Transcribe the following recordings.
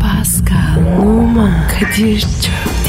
Pascal, Oman, Kadir çok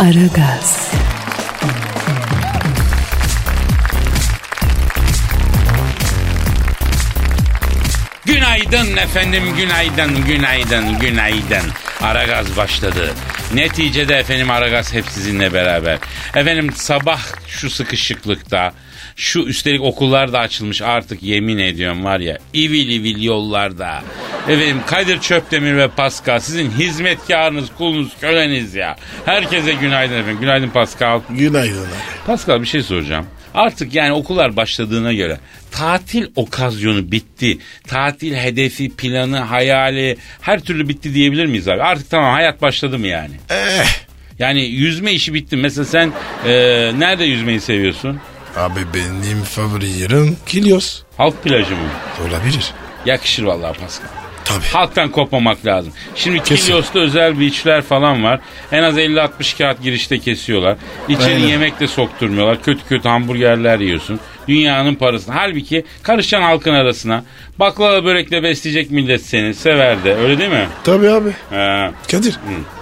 Aragaz, Günaydın efendim, günaydın, günaydın, günaydın. Aragaz başladı. Neticede efendim Aragaz hep sizinle beraber. Efendim sabah şu sıkışıklıkta, şu üstelik okullar da açılmış artık yemin ediyorum var ya. İvil ivil yollarda. Efendim Kadir Çöptemir ve Pascal sizin hizmetkarınız, kulunuz, köleniz ya. Herkese günaydın efendim. Günaydın Pascal. Günaydın abi. Pascal bir şey soracağım. Artık yani okullar başladığına göre tatil okazyonu bitti. Tatil hedefi, planı, hayali her türlü bitti diyebilir miyiz abi? Artık tamam hayat başladı mı yani? Eh. Yani yüzme işi bitti. Mesela sen e, nerede yüzmeyi seviyorsun? Abi benim favori yerim Kilios. Halk plajı mı? Olabilir. Yakışır vallahi Pascal. Tabii. Halktan kopmamak lazım. Şimdi Kesin. Kilios'ta özel beachler falan var. En az 50-60 kağıt girişte kesiyorlar. İçeri Aynen. yemek de sokturmuyorlar. Kötü kötü hamburgerler yiyorsun. Dünyanın parasını. Halbuki karışan halkın arasına baklava börekle besleyecek millet seni. Sever de öyle değil mi? Tabii abi. Ee, Kadir.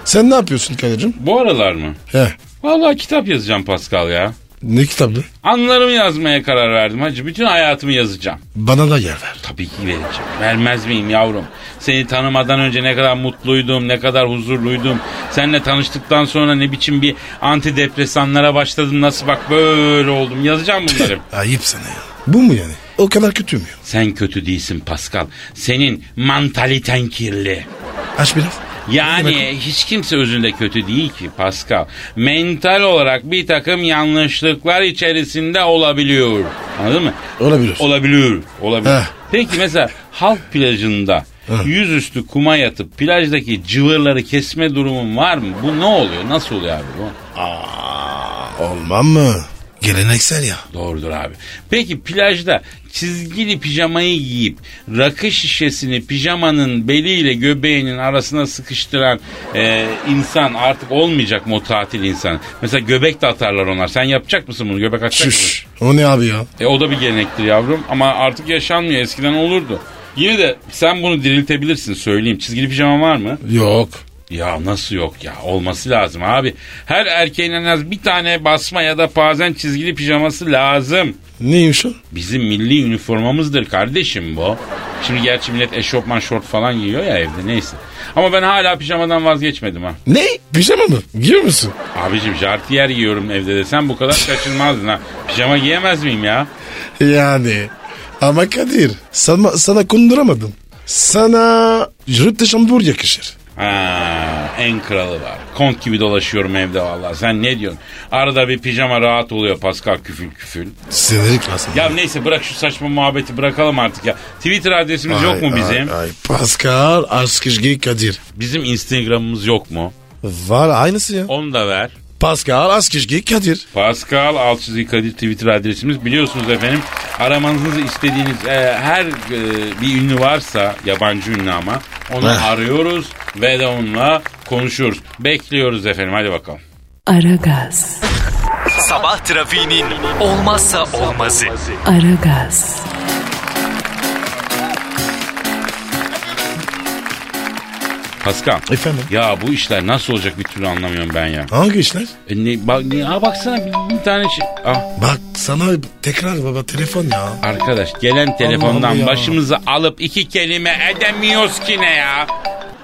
Sen ne yapıyorsun Kadir'cim? bu aralar mı? He. Vallahi kitap yazacağım Pascal ya. Ne kitabı? Anılarımı yazmaya karar verdim hacı. Bütün hayatımı yazacağım. Bana da yer ver. Tabii ki vereceğim. Vermez miyim yavrum? Seni tanımadan önce ne kadar mutluydum, ne kadar huzurluydum. Seninle tanıştıktan sonra ne biçim bir antidepresanlara başladım. Nasıl bak böyle oldum. Yazacağım bunları. Ayıp sana ya. Bu mu yani? O kadar kötü mü? Sen kötü değilsin Pascal. Senin mantaliten kirli. Aç biraz. Yani hiç kimse özünde kötü değil ki Pascal. Mental olarak bir takım yanlışlıklar içerisinde olabiliyor. Anladın mı? Olabilir. Olabiliyor. Olabilir. Heh. Peki mesela halk plajında yüzüstü kuma yatıp plajdaki cıvırları kesme durumun var mı? Bu ne oluyor? Nasıl oluyor abi bu? Olmam mı? Geleneksel ya. Doğrudur abi. Peki plajda çizgili pijamayı giyip rakı şişesini pijamanın beliyle göbeğinin arasına sıkıştıran e, insan artık olmayacak mı o tatil insanı? Mesela göbek de atarlar onlar. Sen yapacak mısın bunu? Göbek atacak mısın? Şuş. O ne abi ya? E o da bir gelenektir yavrum ama artık yaşanmıyor. Eskiden olurdu. Yine de sen bunu diriltebilirsin söyleyeyim. Çizgili pijama var mı? Yok. Ya nasıl yok ya? Olması lazım abi. Her erkeğin en az bir tane basma ya da bazen çizgili pijaması lazım. Neymiş o? Bizim milli üniformamızdır kardeşim bu. Şimdi gerçi millet eşofman şort falan giyiyor ya evde neyse. Ama ben hala pijamadan vazgeçmedim ha. Ne? Pijama mı? Giyiyor musun? Abicim jartiyer giyiyorum evde desem bu kadar kaçınmazdın ha. Pijama giyemez miyim ya? Yani. Ama Kadir sana, sana kunduramadım. Sana rüpte şambur yakışır. Ha, en kralı var. Kont gibi dolaşıyorum evde vallahi. Sen ne diyorsun? Arada bir pijama rahat oluyor Pascal küfül küfül. Sinirik lazım. Ya neyse bırak şu saçma muhabbeti bırakalım artık ya. Twitter adresimiz yok mu bizim? Ay, ay, Pascal Askışgi Kadir. Bizim Instagram'ımız yok mu? Var aynısı ya. Onu da ver. Pascal Askışgi Kadir. Pascal Alçızı Kadir Twitter adresimiz biliyorsunuz efendim. Aramanızı istediğiniz e, her e, bir ünlü varsa yabancı ünlü ama onu Heh. arıyoruz ve de onunla konuşuyoruz. Bekliyoruz efendim hadi bakalım. Aragaz, Sabah trafiğinin olmazsa olmazı. Aragaz, Pascal. Efendim? Ya bu işler nasıl olacak bir türlü anlamıyorum ben ya. Hangi işler? E, ne, bak, ne, ha baksana bir, bir tane şey. Ah, Bak sana tekrar baba telefon ya. arkadaş gelen Allah telefondan ya. başımızı alıp iki kelime edemiyoruz ki ne ya.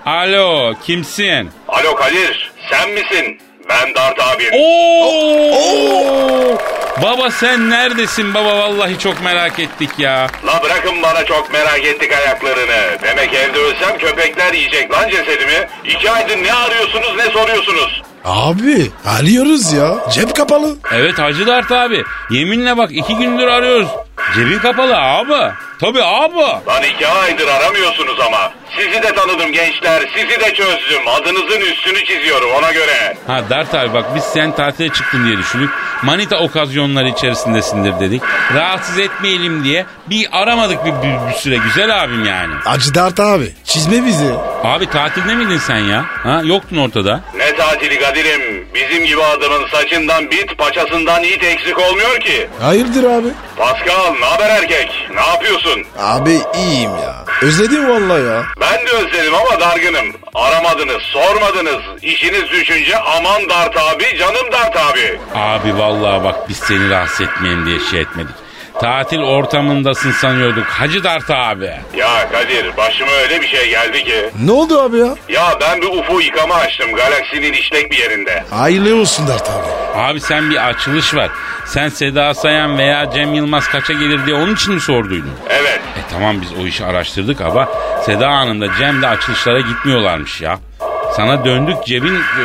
Alo kimsin? Alo Kadir, sen misin? Ben Dart abi. Oo! Baba sen neredesin baba vallahi çok merak ettik ya. La bırakın bana çok merak ettik ayaklarını. Demek evde ölsem köpekler yiyecek lan cesedimi. İki aydır ne arıyorsunuz ne soruyorsunuz? Abi arıyoruz ya. Cep kapalı. Evet Hacı Dert abi yeminle bak iki gündür arıyoruz. Cebin kapalı abi. Tabii abi. Lan iki aydır aramıyorsunuz ama. Sizi de tanıdım gençler, sizi de çözdüm. Adınızın üstünü çiziyorum ona göre. Ha Dert abi bak biz sen tatile çıktın diye düşündük. Manita okazyonları içerisindesindir dedik. Rahatsız etmeyelim diye bir aramadık bir, bir- bir süre güzel abim yani. Acı dert abi. Çizme bizi. Abi tatilde miydin sen ya? Ha yoktun ortada. Ne tatili Kadir'im. Bizim gibi adamın saçından bit, paçasından it eksik olmuyor ki. Hayırdır abi? Pascal, ne haber erkek? Ne yapıyorsun? Abi iyiyim ya. Özledim vallahi ya. Ben de özledim ama dargınım. Aramadınız, sormadınız. İşiniz düşünce aman Dart abi, canım Dart abi. Abi vallahi bak biz seni rahatsız etmeyelim diye şey etmedik. Tatil ortamındasın sanıyorduk. Hacı Dert abi. Ya Kadir, başıma öyle bir şey geldi ki. Ne oldu abi ya? Ya ben bir UFO yıkama açtım galaksinin işlek bir yerinde. Hayırlı olsun dert abi. Abi sen bir açılış var. Sen Seda Sayan veya Cem Yılmaz kaça gelir diye onun için mi sorduydun? Evet, E tamam biz o işi araştırdık ama Seda Hanım da Cem de açılışlara gitmiyorlarmış ya. Sana döndük cebin e,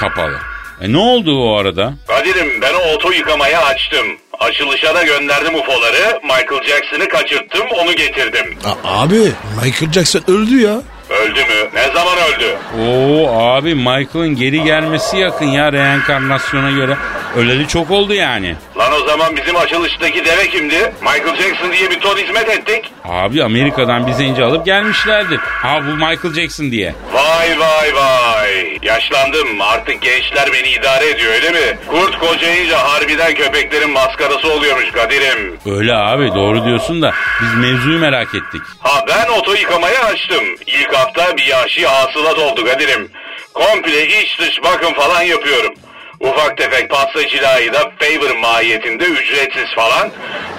kapalı. E ne oldu o arada? Kadir'im ben o oto yıkamayı açtım. Açılışa da gönderdim UFO'ları. Michael Jackson'ı kaçırttım, onu getirdim. A- abi Michael Jackson öldü ya. Öldü mü? Ne zaman öldü? Oo abi Michael'ın geri gelmesi yakın ya reenkarnasyona göre. Öleli çok oldu yani. Lan o zaman bizim açılıştaki deve kimdi? Michael Jackson diye bir ton hizmet ettik. Abi Amerika'dan bir zenci alıp gelmişlerdi. Ha bu Michael Jackson diye. Vay vay vay. Yaşlandım. Artık gençler beni idare ediyor öyle mi? Kurt kocayınca harbiden köpeklerin maskarası oluyormuş Kadir'im. Öyle abi doğru diyorsun da biz mevzuyu merak ettik. Ha ben oto yıkamayı açtım. İlk hafta bir yaşı hasılat oldu Kadir'im. Komple iç dış bakım falan yapıyorum. Ufak tefek pasta cilayı da favor mahiyetinde ücretsiz falan.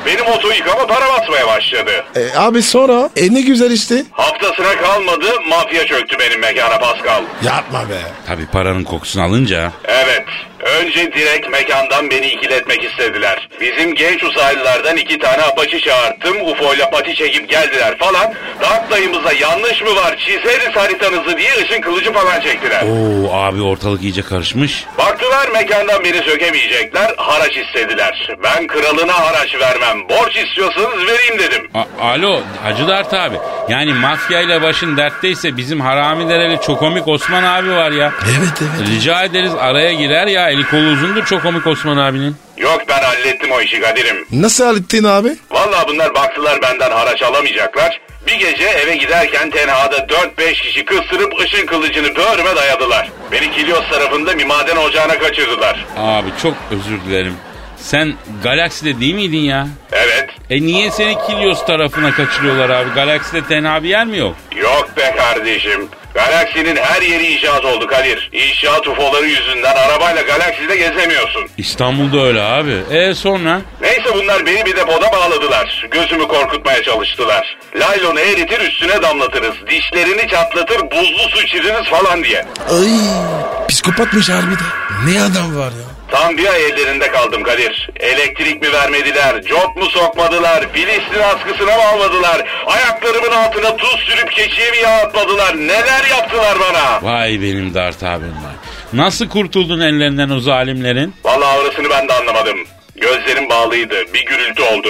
Benim oto yıkama para basmaya başladı. E, abi sonra? E ne güzel işte. Haftasına kalmadı mafya çöktü benim mekana Pascal. Yapma be. Tabi paranın kokusunu alınca. Evet. Önce direkt mekandan beni ikiletmek istediler. Bizim genç uzaylılardan iki tane apaçı çağırttım. UFO ile pati çekip geldiler falan. Dark dayımıza yanlış mı var çizeriz haritanızı diye ışın kılıcı falan çektiler. Oo abi ortalık iyice karışmış. Baktılar mekandan beni sökemeyecekler. Haraç istediler. Ben kralına haraç vermem. Borç istiyorsanız vereyim dedim. A- Alo Hacı Dert abi. Yani mafyayla başın dertteyse bizim haramilerle çok komik Osman abi var ya. Evet evet. Rica ederiz araya girer ya eli kolu uzundur çok komik Osman abinin. Yok ben hallettim o işi Kadir'im. Nasıl hallettin abi? Vallahi bunlar baktılar benden haraç alamayacaklar. Bir gece eve giderken tenhada 4-5 kişi kıstırıp ışın kılıcını böğrüme dayadılar. Beni Kilios tarafında bir maden ocağına kaçırdılar. Abi çok özür dilerim. Sen Galaxy'de değil miydin ya? Evet. E niye seni Kilios tarafına kaçırıyorlar abi? Galaxy'de tenha bir yer mi yok? Yok be kardeşim. Galaksinin her yeri inşaat oldu Kadir. İnşaat ufoları yüzünden arabayla galakside gezemiyorsun. İstanbul'da öyle abi. E sonra? Neyse bunlar beni bir depoda bağladılar. Gözümü korkutmaya çalıştılar. Laylonu eritir üstüne damlatırız. Dişlerini çatlatır buzlu su içiririz falan diye. Ay psikopatmış harbiden. Ne adam var ya. Tam bir ay ellerinde kaldım Kadir. Elektrik mi vermediler, job mu sokmadılar, Filistin askısına mı almadılar, ayaklarımın altına tuz sürüp keçiye mi yağ atmadılar, neler yaptılar bana? Vay benim Dert abim var. Nasıl kurtuldun ellerinden o zalimlerin? Vallahi orasını ben de anlamadım. Gözlerim bağlıydı, bir gürültü oldu.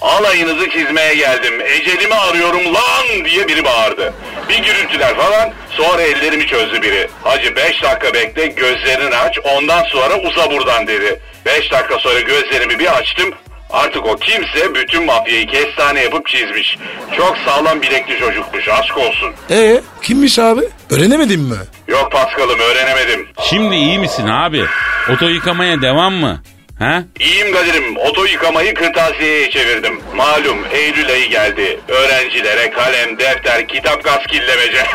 Alayınızı çizmeye geldim, ecelimi arıyorum lan diye biri bağırdı. Bir gürültüler falan, sonra ellerimi çözdü biri. Hacı 5 dakika bekle, gözlerini aç, ondan sonra uza buradan dedi. 5 dakika sonra gözlerimi bir açtım, Artık o kimse bütün mafyayı kestane yapıp çizmiş. Çok sağlam bilekli çocukmuş aşk olsun. E kimmiş abi? Öğrenemedin mi? Yok Paskal'ım öğrenemedim. Şimdi iyi misin abi? Oto yıkamaya devam mı? Ha? İyiyim Kadir'im oto yıkamayı kırtasiyeye çevirdim. Malum Eylül ayı geldi. Öğrencilere kalem, defter, kitap gaskillemece.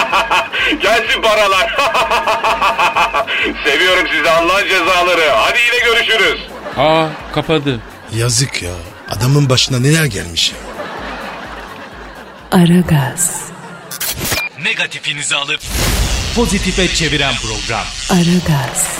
Gelsin paralar. Seviyorum sizi Allah'ın cezaları. Hadi yine görüşürüz. Aa kapadı. Yazık ya. Adamın başına neler gelmiş ya. Aragaz, Negatifinizi alıp pozitife çeviren program. Aragaz,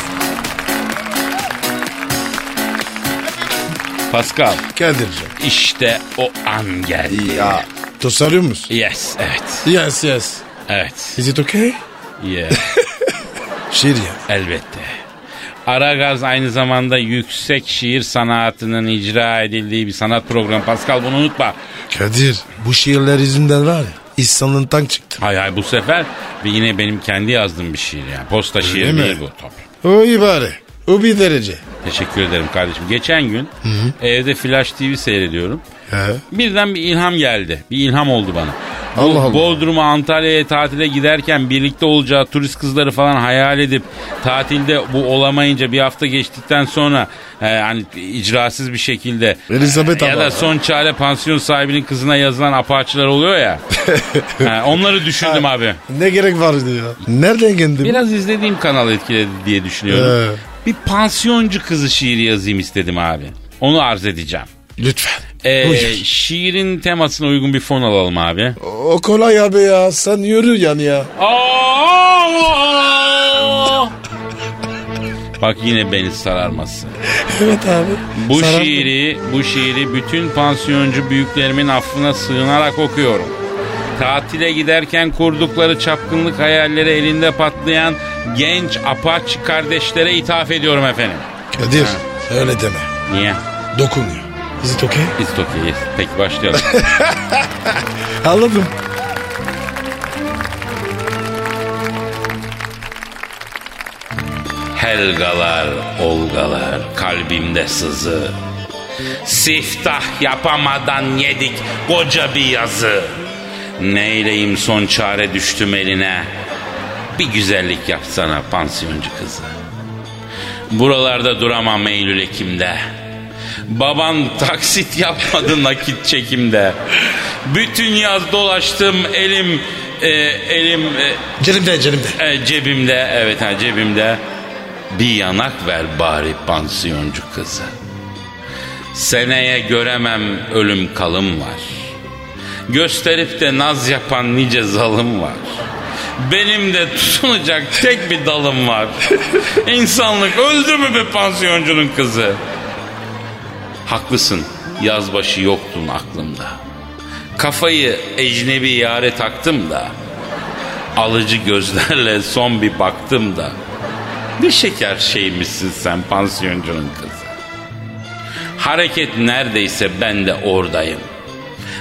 Pascal Kadir'cim. işte o an geldi. Ya. Tosarıyor musun? Yes evet. Yes yes. Evet. Is it okay? Yeah. Şiir ya. Elbette. Aragaz aynı zamanda yüksek şiir sanatının icra edildiği bir sanat programı. Pascal bunu unutma. Kadir bu şiirler yüzünden var ya insanın tank çıktı. Hay hay bu sefer ve yine benim kendi yazdığım bir şiir yani. Posta şiiri mi? değil bu. Tabii. O iyi bari. O bir derece. Teşekkür ederim kardeşim. Geçen gün evde Flash TV seyrediyorum. He. Birden bir ilham geldi. Bir ilham oldu bana. Bu Allah Allah. Bodrum'a Antalya'ya tatile giderken birlikte olacağı turist kızları falan hayal edip tatilde bu olamayınca bir hafta geçtikten sonra e, hani icrasız bir şekilde e, Elizabeth ya ama. da son çare pansiyon sahibinin kızına yazılan apaçılar oluyor ya. Ha, onları düşündüm abi. Ne gerek vardı ya? Nereden geldi? bu? Biraz izlediğim kanal etkiledi diye düşünüyorum. Bir pansiyoncu kızı şiiri yazayım istedim abi. Onu arz edeceğim. Lütfen. Ee, Buyur. şiirin temasına uygun bir fon alalım abi. O kolay abi ya. Sen yürü yani ya. Bak yine beni sararması. Evet abi. Bu Sarar- şiiri, bu şiiri bütün pansiyoncu büyüklerimin affına sığınarak okuyorum. Tatile giderken kurdukları çapkınlık hayalleri elinde patlayan genç apaç kardeşlere ithaf ediyorum efendim. Kadir öyle deme. Niye? Dokunuyor. Is it okay? It's okay, yes. Peki başlayalım. Anladım. Helgalar, olgalar, kalbimde sızı. Siftah yapamadan yedik koca bir yazı. Neyleyim son çare düştüm eline. Bir güzellik yapsana pansiyoncu kızı. Buralarda duramam Eylül Ekim'de. Baban taksit yapmadı nakit çekimde. Bütün yaz dolaştım elim e, elim e, Cebimde cebimde. e, cebimde evet ha cebimde bir yanak ver bari pansiyoncu kızı. Seneye göremem ölüm kalım var. Gösterip de naz yapan nice zalım var. Benim de tutunacak tek bir dalım var. İnsanlık öldü mü be pansiyoncunun kızı? Haklısın yazbaşı yoktun aklımda. Kafayı ecnebi yare taktım da alıcı gözlerle son bir baktım da ne şeker şeymişsin sen pansiyoncunun kızı. Hareket neredeyse ben de oradayım.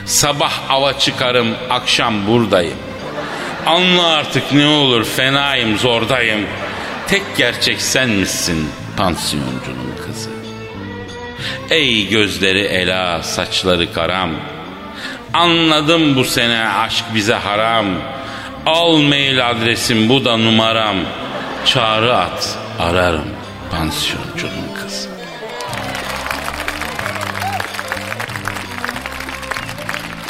Sabah ava çıkarım, akşam buradayım. Anla artık ne olur fenayım, zordayım. Tek gerçek sen misin pansiyoncunun kızı. Ey gözleri ela, saçları karam. Anladım bu sene aşk bize haram. Al mail adresim bu da numaram. Çağrı at ararım pansiyoncunun kızı.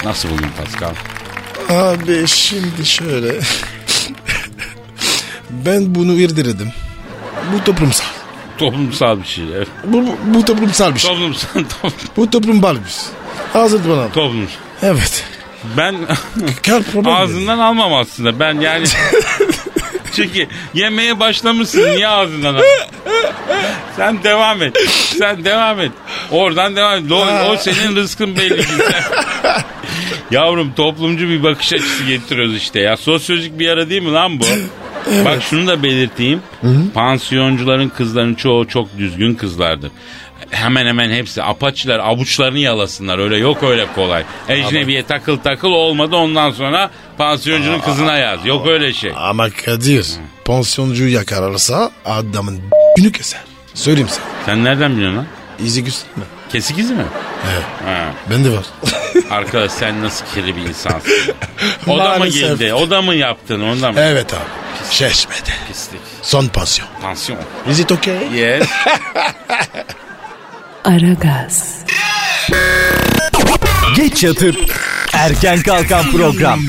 Nasıl buldun Pascal? Abi şimdi şöyle. ben bunu irdirdim. Bu toplumsal. Toplumsal bir şey. evet. Bu, bu, bu toplumsal bir şey. Toplumsal, top, Bu toplum bal bir Hazır bana. toplumsal. Evet. Ben Kar problem. ağzından almam aslında. Ben yani... Çünkü yemeye başlamışsın niye ağzından al? Sen devam et. Sen devam et. Oradan devam et. O, o senin rızkın belli ki. Sen- Yavrum toplumcu bir bakış açısı getiriyoruz işte ya. Sosyolojik bir ara değil mi lan bu? Bak şunu da belirteyim. Pansiyoncuların kızların çoğu çok düzgün kızlardır. Hemen hemen hepsi apaçiler avuçlarını yalasınlar. Öyle yok öyle kolay. Ecnebiye takıl takıl olmadı ondan sonra pansiyoncunun kızına yaz. Yok öyle şey. Ama Kadir pansiyoncu yakararsa adamın günü keser. Söyleyeyim sana. Sen nereden biliyorsun lan? İzi gösterme. Kesik izi mi? Evet. Ha. Ben de var. Arkadaş sen nasıl kirli bir insansın. O da mı Maalesef. E- girdi? O da mı yaptın? Ondan mı? evet abi. Şeşmede. Pislik. Son pansiyon. Tansiyon. Is it okay? Yes. Aragaz, Geç yatıp erken kalkan program.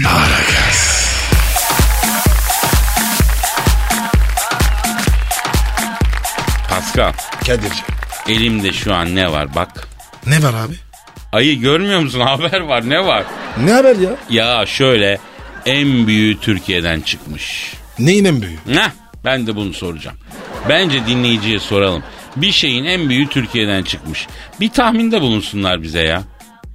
Pascal. Kadir'ciğim. Elimde şu an ne var bak. Ne var abi? Ayı görmüyor musun? Haber var ne var? Ne haber ya? Ya şöyle en büyüğü Türkiye'den çıkmış. Neyin en büyüğü? Heh, ben de bunu soracağım. Bence dinleyiciye soralım. Bir şeyin en büyüğü Türkiye'den çıkmış. Bir tahminde bulunsunlar bize ya.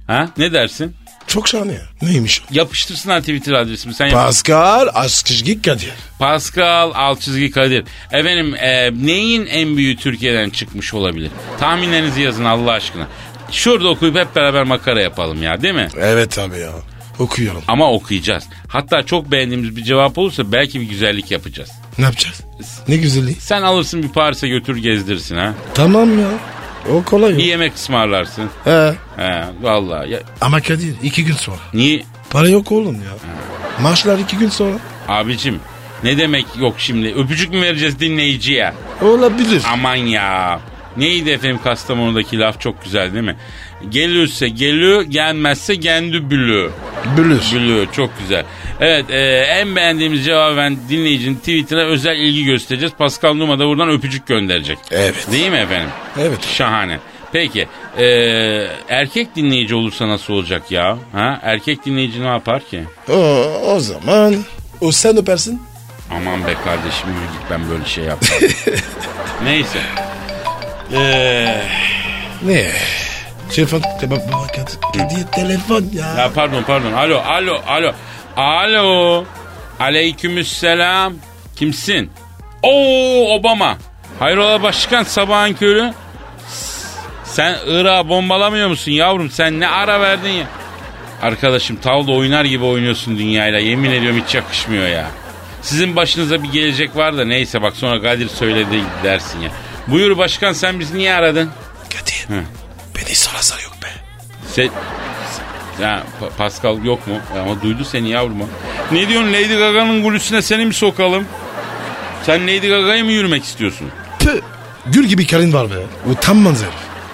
Ha ne dersin? Çok şahane ya. Neymiş o? Yapıştırsınlar Twitter adresimi. Sen yap. Pascal Askışgik Kadir. Pascal alt çizgi Kadir. Efendim e, neyin en büyüğü Türkiye'den çıkmış olabilir? Tahminlerinizi yazın Allah aşkına. Şurada okuyup hep beraber makara yapalım ya değil mi? Evet abi ya. Okuyorum. Ama okuyacağız. Hatta çok beğendiğimiz bir cevap olursa belki bir güzellik yapacağız. Ne yapacağız? Ne güzelliği. Sen alırsın bir Paris'e götür gezdirsin ha. Tamam ya. O kolay. Bir ya. yemek ısmarlarsın. He. He vallahi. Ya, Ama Kadir iki gün sonra. niye? Para yok oğlum ya. Maaşlar iki gün sonra. Abicim ne demek yok şimdi? Öpücük mü vereceğiz dinleyiciye? Olabilir. Aman ya. Neydi efendim Kastamonu'daki laf çok güzel değil mi? Gelirse gelü, gelmezse kendi bülü. Bülür. Bülü çok güzel. Evet e, en beğendiğimiz cevaben dinleyicinin tweetine özel ilgi göstereceğiz. Pascal Numa da buradan öpücük gönderecek. Evet. Değil mi efendim? Evet. Şahane. Peki e, erkek dinleyici olursa nasıl olacak ya? Ha? Erkek dinleyici ne yapar ki? O, o zaman o sen öpersin. Aman be kardeşim yürü git ben böyle şey yapmam. Neyse. Ee, Ne? Telefon. Baba, baba, Kadir, Kadir telefon ya. ya pardon pardon. Alo alo alo. Alo. Aleykümselam. Kimsin? Oo Obama. Hayrola başkan sabahın körü. S- Sen Irak'ı bombalamıyor musun yavrum? Sen ne ara verdin ya? Arkadaşım tavla oynar gibi oynuyorsun dünyayla. Yemin ediyorum hiç yakışmıyor ya. Sizin başınıza bir gelecek var da neyse bak sonra Kadir söyledi dersin ya. Buyur başkan sen bizi niye aradın? Kadir. Hı. Beni sorarsa yok be. Se Şey, ya, Pa- Pascal yok mu? Ya, Ama duydu seni yavrum. ha. Ne diyorsun Lady Gaga'nın gülüsüne seni mi sokalım? Sen Lady Gaga'ya mı yürümek istiyorsun? Püh. Gül gibi karın var be. Utanmaz herif.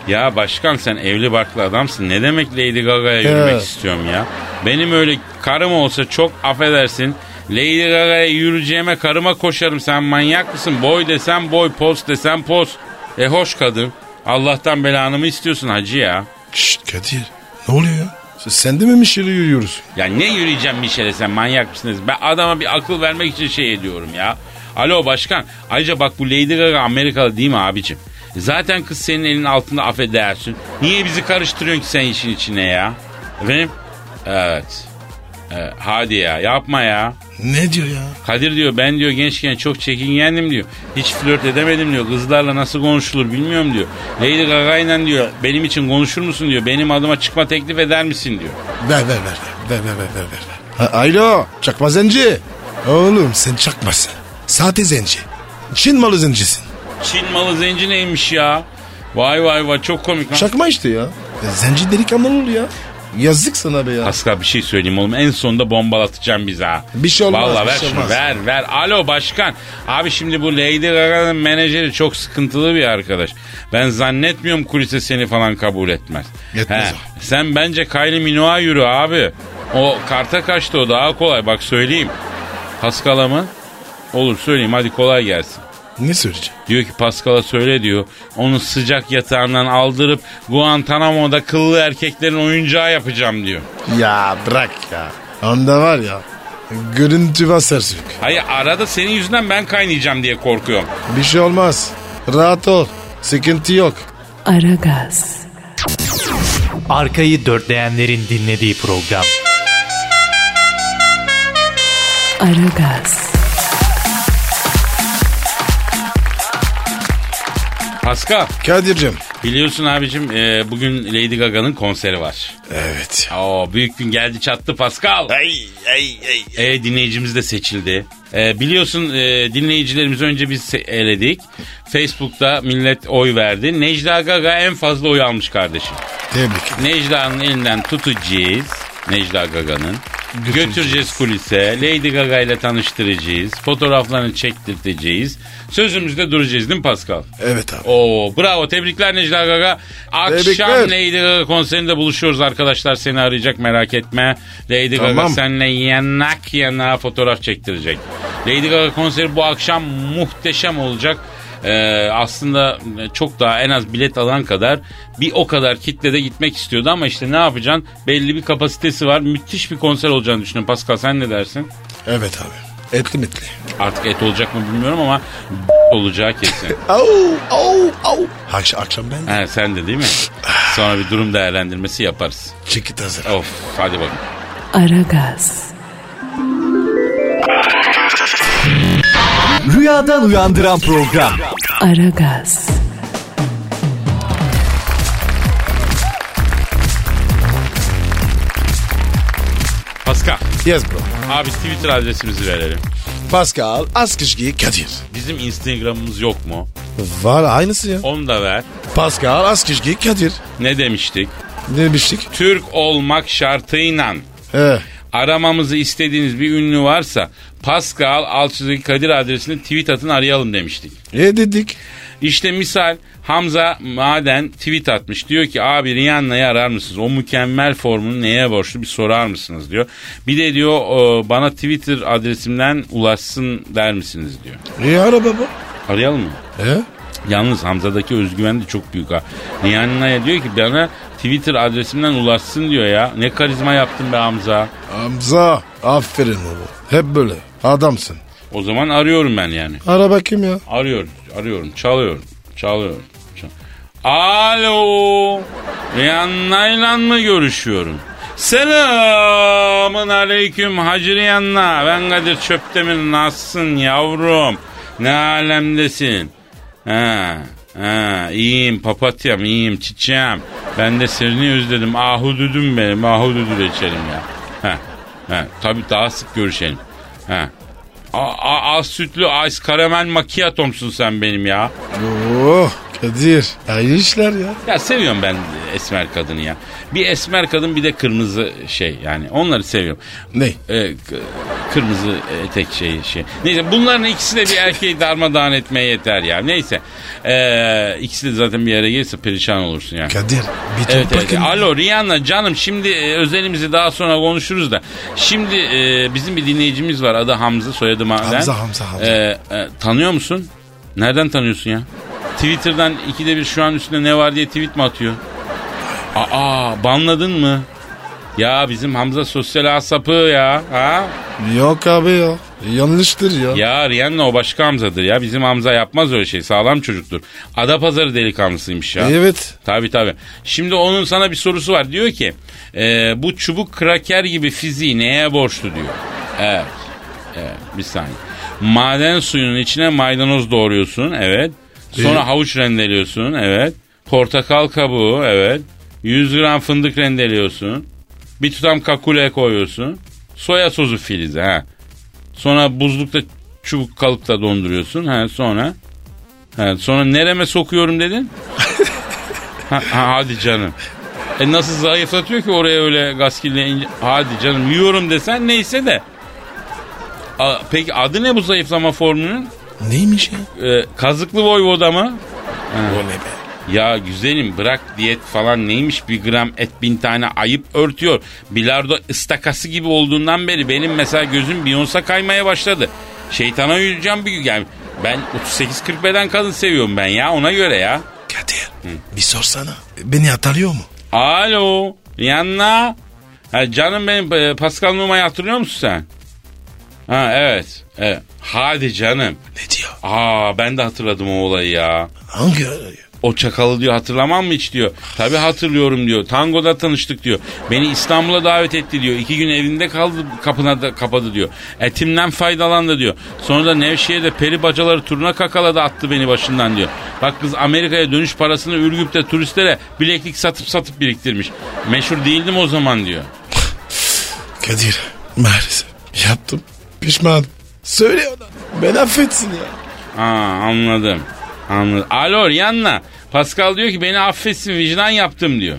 Ya başkan sen evli barklı adamsın. Ne demek Lady Gaga'ya yürümek Evet. istiyorum ya? Benim öyle karım olsa çok affedersin. Lady Gaga'ya yürüyeceğime karıma koşarım. Sen manyak mısın? Boy desem boy, post desem post. E hoş kadın. Allah'tan belanı mı istiyorsun hacı ya? Şşt Kadir. Ne oluyor ya? Sen de mi Michelle'i yürüyoruz? Ya ne yürüyeceğim Michel'e sen manyak mısınız? Ben adama bir akıl vermek için şey ediyorum ya. Alo başkan. Ayrıca bak bu Lady Gaga Amerikalı değil mi abicim? Zaten kız senin elinin altında affedersin. Niye bizi karıştırıyorsun ki sen işin içine ya? Efendim? Evet. Ee, hadi ya yapma ya. Ne diyor ya? Kadir diyor ben diyor gençken çok çekingendim diyor. Hiç flört edemedim diyor. Kızlarla nasıl konuşulur bilmiyorum diyor. Lady Gaga'yla diyor benim için konuşur musun diyor. Benim adıma çıkma teklif eder misin diyor. Ver ver ver ver ver ver ver ver. ver. Ha, Alo çakma zenci. Oğlum sen çakmasın. Sahte zenci. Çin malı zencisin. Çin malı zenci neymiş ya? Vay vay vay çok komik lan. Çakma işte ya. ya zenci delikanlı olur ya. Yazık sana be ya. Pascal bir şey söyleyeyim oğlum. En sonunda bombalatacaksın bizi ha. Bir şey olmaz, Vallahi bir ver şey şunu olmaz. ver ver. Alo başkan. Abi şimdi bu Lady Gaga'nın menajeri çok sıkıntılı bir arkadaş. Ben zannetmiyorum kulise seni falan kabul etmez. Yetmez He, Sen bence Kylie Minogue'a yürü abi. O karta kaçtı o daha kolay bak söyleyeyim. Pascal'a mı? Olur söyleyeyim hadi kolay gelsin. Ne söyleyeceğim? Diyor ki Pascal'a söyle diyor. Onu sıcak yatağından aldırıp Guantanamo'da kıllı erkeklerin oyuncağı yapacağım diyor. Ya bırak ya. Onda var ya. Görüntü basar sürük. Hayır arada senin yüzünden ben kaynayacağım diye korkuyorum. Bir şey olmaz. Rahat ol. Sıkıntı yok. Aragaz, Arkayı dörtleyenlerin dinlediği program. Aragaz, Pascal Kadir'cim. biliyorsun abicim e, bugün Lady Gaga'nın konseri var. Evet. Oo büyük gün geldi çattı Pascal. Ay ay ay. E, dinleyicimiz de seçildi. E, biliyorsun e, dinleyicilerimiz önce biz se- eledik. Facebook'ta millet oy verdi. Necla Gaga en fazla oy almış kardeşim. Tebrik ederim. Necla'nın elinden tutacağız. Necla Gaga'nın. Götüreceğiz. Götüreceğiz kulise. Lady Gaga ile tanıştıracağız. Fotoğraflarını çektirteceğiz. Sözümüzde duracağız değil mi Pascal? Evet abi. Oo bravo tebrikler Necla Gaga. Akşam Tebrikler. Lady Gaga konserinde buluşuyoruz arkadaşlar. Seni arayacak merak etme. Lady Gaga Tamam. seninle yanak yana fotoğraf çektirecek. Lady Gaga konseri bu akşam muhteşem olacak. Ee, aslında çok daha en az bilet alan kadar bir o kadar kitlede gitmek istiyordu ama işte ne yapacaksın belli bir kapasitesi var müthiş bir konser olacağını düşünüyorum Pascal sen ne dersin? Evet abi. Etli metli. Artık et olacak mı bilmiyorum ama olacağı kesin. Au, au, au. Akş- akşam ben ha, sen de değil mi? Sonra bir durum değerlendirmesi yaparız. çekit hazır. Of hadi bakın. Aragaz, Rüyadan uyandıran program. Aragaz, Pascal Yes bro. abi Twitter adresimizi verelim. Pascal Askışgi Kadir. Bizim Instagram'ımız yok mu? Var aynısı ya. Onu da ver. Pascal Askışgi Kadir. Ne demiştik? Ne demiştik? Türk olmak şartıyla Ee, aramamızı istediğiniz bir ünlü varsa Pascal Alçızı Kadir adresini tweet atın arayalım demiştik. ne dedik? İşte misal Hamza Maden tweet atmış. Diyor ki abi Rihanna'yı arar mısınız? O mükemmel formunu neye borçlu bir sorar mısınız diyor. Bir de diyor "e, bana Twitter adresimden ulaşsın der misiniz diyor. E araba bu. Arayalım mı? Ee? Yalnız Hamza'daki özgüven de çok büyük ha. Rihanna'ya diyor ki bana Twitter adresimden ulaşsın diyor ya. Ne karizma yaptın be Hamza. Hamza. Aferin oğlum. Hep böyle. Adamsın. O zaman arıyorum ben yani. Araba kim ya? Arıyorum, arıyorum, çalıyorum, çalıyorum. çal- Alo, Rihanna'yla mı görüşüyorum? Selamın aleyküm Hacı Rihanna. Ben Kadir Çöptemir. Nasılsın yavrum? Ne alemdesin? Ha, ha, iyiyim papatyam, iyiyim çiçeğim. Ben de seni özledim. Ahududum benim, ahududü reçelim ya. Ha, ha, tabii daha sık görüşelim. Ha, A- a- az sütlü ice karamel macchiato'msun sen benim ya. Oh Kadir. Hayırlı işler ya. Ya seviyorum ben esmer kadını ya. Bir esmer kadın bir de kırmızı şey yani onları seviyorum. Ne? Ee, k- kırmızı etek şeyi şey. Neyse bunların ikisi de bir erkeği darmadağın etmeye yeter ya. Neyse. Ee, ikisi de zaten bir yere gelirse perişan olursun yani. Kadir. Bir Evet, toprak evet. in- Alo Rihanna canım şimdi e, özelimizi daha sonra konuşuruz da. Şimdi e, bizim bir dinleyicimiz var adı Hamza soyadı Maden. Hamza, Hamza, Hamza. E, e, tanıyor musun? Nereden tanıyorsun ya? Twitter'dan ikide bir şu an üstünde ne var diye tweet mi atıyor? Aa banladın mı? Ya bizim Hamza sosyal asapı ya. Ha? Yok abi ya. Yanlıştır ya. Ya Rihanna o başka Hamza'dır ya. Bizim Hamza yapmaz öyle şey. Sağlam çocuktur. Adapazarı delikanlısıymış ya. Evet. Tabii tabii. Şimdi onun sana bir sorusu var. Diyor ki e, bu çubuk kraker gibi fiziği neye borçlu diyor. Evet. evet. Bir saniye. Maden suyunun içine maydanoz doğruyorsun. Evet. Sonra havuç rendeliyorsun. Evet. Portakal kabuğu. Evet. 100 gram fındık rendeliyorsun. Bir tutam kakule koyuyorsun. Soya sosu filizi. Ha. Sonra buzlukta çubuk kalıpta donduruyorsun. Ha, sonra ha, sonra nereme sokuyorum dedin? Ha, ha, hadi canım. E nasıl zayıflatıyor ki oraya öyle gaskille ince... Hadi canım yiyorum desen neyse de. A- peki adı ne bu zayıflama formülünün? Neymiş ya? E, kazıklı voyvoda mı? O ne be? Ya güzelim bırak diyet falan neymiş bir gram et bin tane ayıp örtüyor. Bilardo ıstakası gibi olduğundan beri benim mesela gözüm Beyoncé'a kaymaya başladı. Şeytana yürüyeceğim bir gün. Yani ben 38-40 beden kadın seviyorum ben ya ona göre ya. Kadir. Bir sorsana. Beni atarıyor mu? Alo. Rihanna. Ha, canım benim e, Pascal Numa'yı hatırlıyor musun sen? Ha evet. evet. Hadi canım. Ne diyor? Aa ben de hatırladım o olayı ya. Hangi arıyor? O çakalı diyor hatırlamam mı hiç diyor. Tabii hatırlıyorum diyor. Tangoda tanıştık diyor. Beni İstanbul'a davet etti diyor. İki gün evinde kaldı kapına da kapadı diyor. Etimden faydalandı diyor. Sonra da Nevşehir'de peri bacaları turuna kakaladı attı beni başından diyor. Bak kız Amerika'ya dönüş parasını Ürgüp'te turistlere bileklik satıp satıp biriktirmiş. Meşhur değildim o zaman diyor. Kadir. Maalesef. Yaptım. Pişman. Söyle ona. Ben affetsin ya. Aa anladım. Anladım. Alo Rihanna. Pascal diyor ki beni affetsin vicdan yaptım diyor.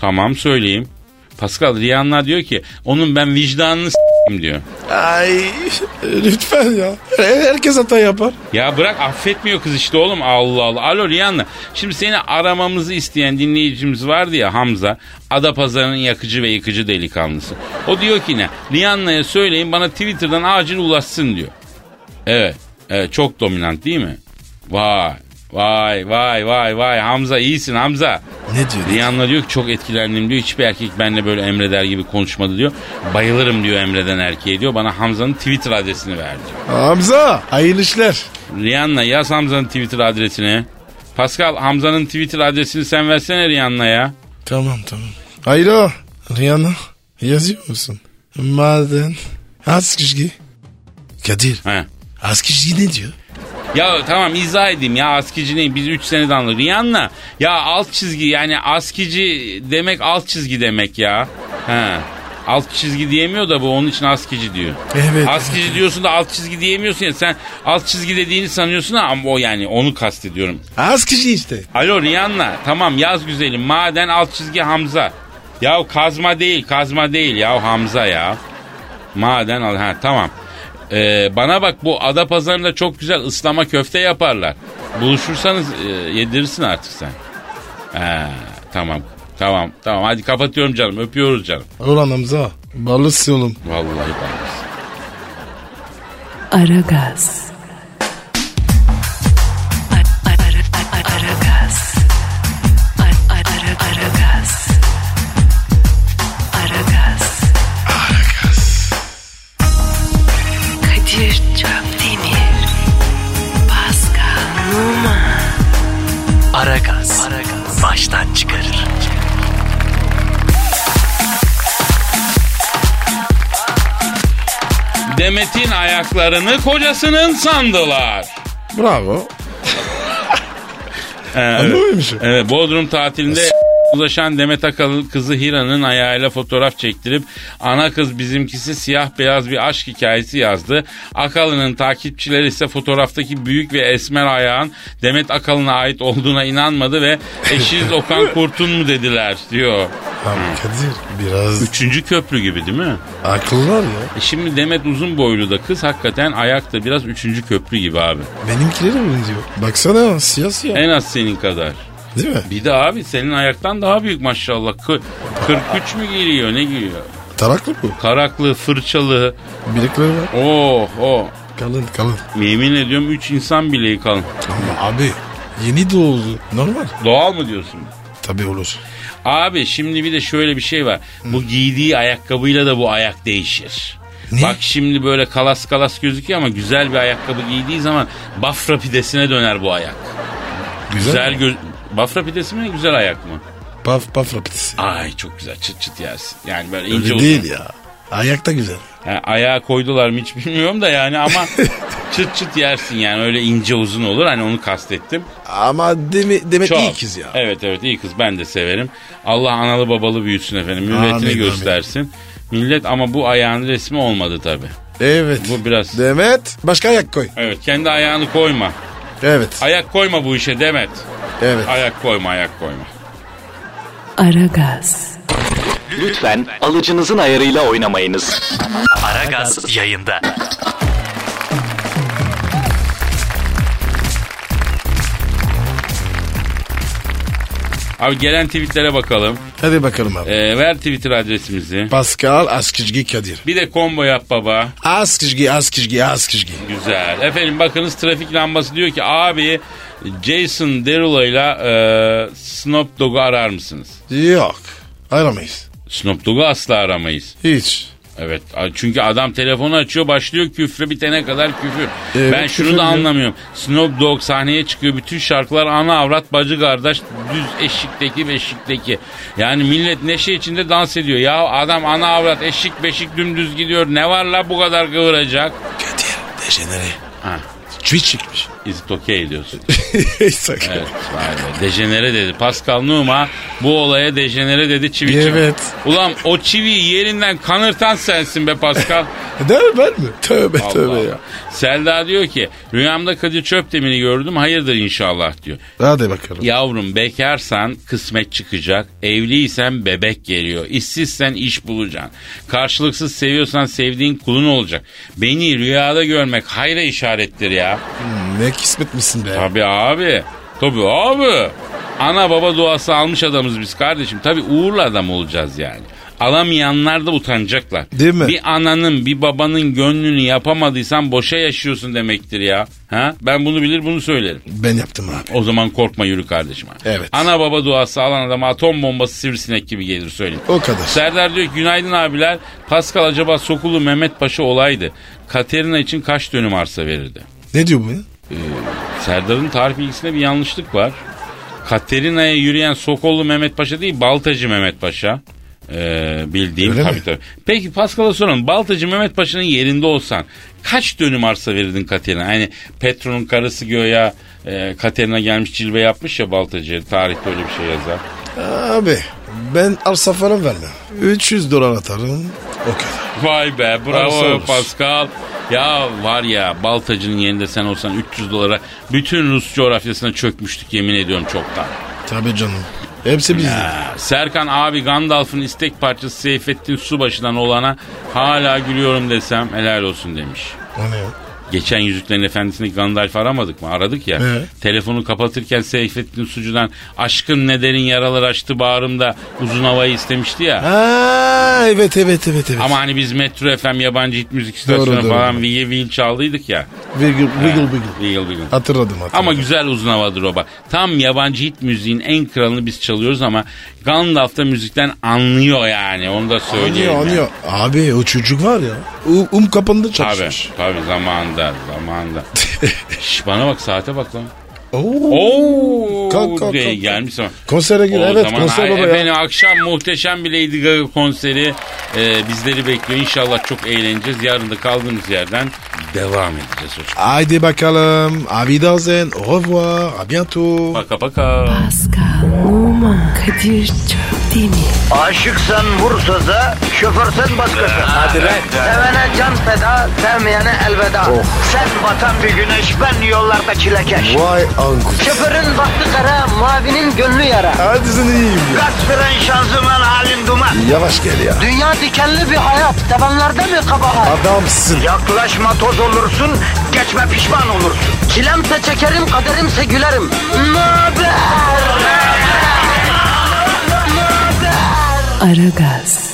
Tamam söyleyeyim. Pascal Rihanna diyor ki onun ben vicdanını s**eyim diyor. Ay. Lütfen ya. Herkes hata yapar. Ya bırak affetmiyor kız işte oğlum Allah Allah. Alo Rihanna şimdi seni aramamızı isteyen dinleyicimiz vardı ya Hamza. Adapazarı'nın yakıcı ve yıkıcı delikanlısı. O diyor ki ne? Rihanna'ya söyleyin bana Twitter'dan acil ulaşsın diyor. Evet, evet çok dominant değil mi? Vay vay vay vay vay Hamza iyisin Hamza. Ne diyor? Rihanna diyor ki çok etkilendim diyor. Hiçbir erkek benimle böyle emreder gibi konuşmadı diyor. Bayılırım diyor emreden erkeğe diyor. Bana Hamza'nın Twitter adresini ver diyor. Hamza hayırlı işler. Rihanna yaz Hamza'nın Twitter adresini. Pascal Hamza'nın Twitter adresini sen versene Rihanna'ya. Tamam tamam. Alo Rihanna yazıyor musun? Maden az kişi. Kadir He. az kişi ne diyor? Ya tamam izah edeyim ya askici ne? Biz 3 seneden anladık. Rihanna ya alt çizgi yani askici demek alt çizgi demek ya. He. Alt çizgi diyemiyor da bu onun için askici diyor. Evet. Askici diyorsun da alt çizgi diyemiyorsun ya sen alt çizgi dediğini sanıyorsun ama o yani onu kastediyorum. Az kişi işte. Alo Rihanna tamam yaz güzelim maden alt çizgi Hamza. Ya kazma değil kazma değil ya Hamza ya. Maden al ha tamam. Ee, bana bak bu ada pazarında çok güzel ıslama köfte yaparlar. Buluşursanız e, yedirirsin artık sen. He, tamam tamam tamam hadi kapatıyorum canım öpüyoruz canım. Ulan Hamza balısın oğlum. Vallahi bak. Aragaz. Ara- ara- ara- Aragaz. Ara- ara- Aragaz. Aragaz. Kadir Çöptemir. Pascal Numa. Aragaz. Baştan çıkarır. Demet'in ayaklarını kocasının sandılar. Bravo. Ee, Anlıyor muymuş? Evet Bodrum tatilinde ulaşan Demet Akalın kızı Hira'nın ayağıyla fotoğraf çektirip ana kız bizimkisi siyah beyaz bir aşk hikayesi yazdı. Akalın'ın takipçileri ise fotoğraftaki büyük ve esmer ayağın Demet Akalın'a ait olduğuna inanmadı ve eşiniz Okan Kurtun mu dediler diyor. Abi Kadir biraz Üçüncü köprü gibi değil mi? akıllar ya. E şimdi Demet uzun boylu da kız hakikaten ayakta biraz üçüncü köprü gibi abi. Benimkileri mi diyor? Baksana siyah siyah. En az senin kadar. Değil mi? Bir de abi senin ayaktan daha büyük maşallah. Kı- 43 mü giriyor ne giriyor? Taraklı bu. Karaklı, fırçalı. Bilekleri var. Oh oh. Kalın kalın. Yemin ediyorum 3 insan bileği kalın. Ama abi yeni doğdu. Normal. Doğal mı diyorsun? Tabii olur. Abi şimdi bir de şöyle bir şey var. Bu giydiği ayakkabıyla da bu ayak değişir. Ne? Bak şimdi böyle kalas kalas gözüküyor ama güzel bir ayakkabı giydiği zaman bafra pidesine döner bu ayak. Güzel. Güzel göz... Bafra pidesi mi güzel ayak mı? Paf paf rapidesi. Ay çok güzel çıt çıt yersin. Yani böyle ince Öyle uzun. değil ya. Ayakta güzel. Yani ayağa koydular mı hiç bilmiyorum da yani ama çıt çıt yersin yani öyle ince uzun olur hani onu kastettim. Ama deme, demek Çok. iyi kız ya. Evet evet iyi kız ben de severim. Allah analı babalı büyütsün efendim milletini Amin, amin. göstersin. Millet ama bu ayağın resmi olmadı tabi. Evet. Bu biraz- Demet başka ayak koy. Evet kendi ayağını koyma. Evet. Ayak koyma bu işe Demet. evet. Ayak koyma ayak koyma. Aragaz. Lütfen alıcınızın ayarıyla oynamayınız. Aragaz yayında. Abi gelen tweetlere bakalım. Hadi bakalım abi. Ee, ver Twitter adresimizi. Pascal Askizgi Kadir. Bir de combo yap baba. Askizgi Askizgi Askizgi. Güzel. Efendim bakınız trafik lambası diyor ki abi Jason Derulo ile e, Snoop Dogg'u arar mısınız? Yok. Aramayız. Snoop Dogg'u asla aramayız. Hiç. Evet a- çünkü adam telefonu açıyor başlıyor küfre bitene kadar küfür. Evet, ben şunu küfür da diyor. anlamıyorum. Snoop Dogg sahneye çıkıyor bütün şarkılar ana avrat bacı kardeş düz eşikteki beşikteki. Yani millet neşe içinde dans ediyor. Ya adam ana avrat eşik beşik dümdüz gidiyor ne var la bu kadar kıvıracak. Kadir dejenere. Ha. Tweet çıkmış. Is okay diyorsun. Sakın. Evet vay be. Dejenere dedi. Pascal Numa bu olaya dejenere dedi çivi çivi. Evet. Ulan o çiviyi yerinden kanırtan sensin be Pascal. Değil ben mi? Tövbe tövbe Allah. ya. Selda diyor ki rüyamda Kadir Çöpdemir'i gördüm hayırdır inşallah diyor. Hadi bakalım. Yavrum bekarsan kısmet çıkacak. Evliysen bebek geliyor. İşsizsen iş bulacaksın. Karşılıksız seviyorsan sevdiğin kulun olacak. Beni rüyada görmek hayra işarettir ya. Ne kismet misin be? Tabii abi. Tabii abi. Ana baba duası almış adamız biz kardeşim. Tabii uğurlu adam olacağız yani. Alamayanlar da utanacaklar. Değil mi? Bir ananın bir babanın gönlünü yapamadıysan boşa yaşıyorsun demektir ya. Ha? Ben bunu bilir bunu söylerim. Ben yaptım abi. O zaman korkma yürü kardeşim. abi. Evet. Ana baba duası alan adama atom bombası sivrisinek gibi gelir söyleyeyim. O kadar. Serdar diyor ki günaydın abiler. Pascal acaba Sokulu Mehmet Paşa olaydı. Katerina için kaç dönüm arsa verirdi? Ne diyor bu ya? Serdar'ın tarih bilgisinde bir yanlışlık var. Katerina'ya yürüyen Sokollu Mehmet Paşa değil Baltacı Mehmet Paşa. Ee, bildiğim Öyle tabii mi? tabii. Peki Pascal'a soralım. Baltacı Mehmet Paşa'nın yerinde olsan kaç dönüm arsa verirdin Katerina? Hani Petro'nun karısı göya e, Katerina gelmiş cilve yapmış ya Baltacı. Tarihte öyle bir şey yazar. Abi ben arsa falan vermem. 300 dolar atarım. O kadar. Vay be Arsa bravo olur. Pascal. Ya var ya Baltacı'nın yerinde sen olsan 300 dolara bütün Rus coğrafyasına çökmüştük yemin ediyorum çoktan. Tabii canım. Hepsi bizde. Serkan abi Gandalf'ın istek parçası Seyfettin Subaşı'dan olana hala gülüyorum desem helal olsun demiş. O ne ya? Geçen Yüzüklerin Efendisi'ndeki Gandalf'ı aramadık mı? Aradık ya. He. Telefonu kapatırken Seyfettin Sucu'dan aşkın ne derin yaralar açtı bağrımda uzun havayı istemişti ya. Aa, evet evet evet evet. Ama hani biz Metro FM yabancı hit müzik istasyonu doğru. falan viye viye çaldıydık ya. Wiggle wiggle. wiggle. Vigil vigil. Hatırladım hatırladım. Ama güzel uzun havadır o bak. Tam yabancı hit müziğin en kralını biz çalıyoruz ama Gandalf da müzikten anlıyor yani. Onu da söyleyeyim. Anlıyor yani. anlıyor. Abi o çocuk var ya. u- Um kapandı Tabii, çalışmış. tabii zamanında, zamanında. Şş, bana bak saate bak lan. Oo. Oo, Kalk, kalk, diye kalk. gelmiş zaman. Konsere gir. O Evet zaman konser ay- baba ya. efendim, akşam muhteşem bir Lady Gaga konseri e, bizleri bekliyor. İnşallah çok eğleneceğiz. Yarın da kaldığımız yerden devam edeceğiz hocam. Haydi bakalım. Abi dazen. Au revoir. À bientôt. Paka paka. Pascal, Oman, Kadir çok değil mi? Aşıksan vursa da, şoförsen başkasın. Hadi lan. Oh. Sevene can feda, sevmeyene elveda. Sen batan bir güneş, ben yollarda çilekeş. Vay anku. Şoförün baktı kara, mavinin gönlü yara. Hadi sen iyiyim ya. Kasperen şanzıman halin duman. Yavaş gel ya. Dünya dikenli bir hayat, sevenlerde mi kabahar? Adamsın. Yaklaşma toz olursun, geçme pişman olursun. Çilemse çekerim, kaderimse gülerim. Möber! Aragaz.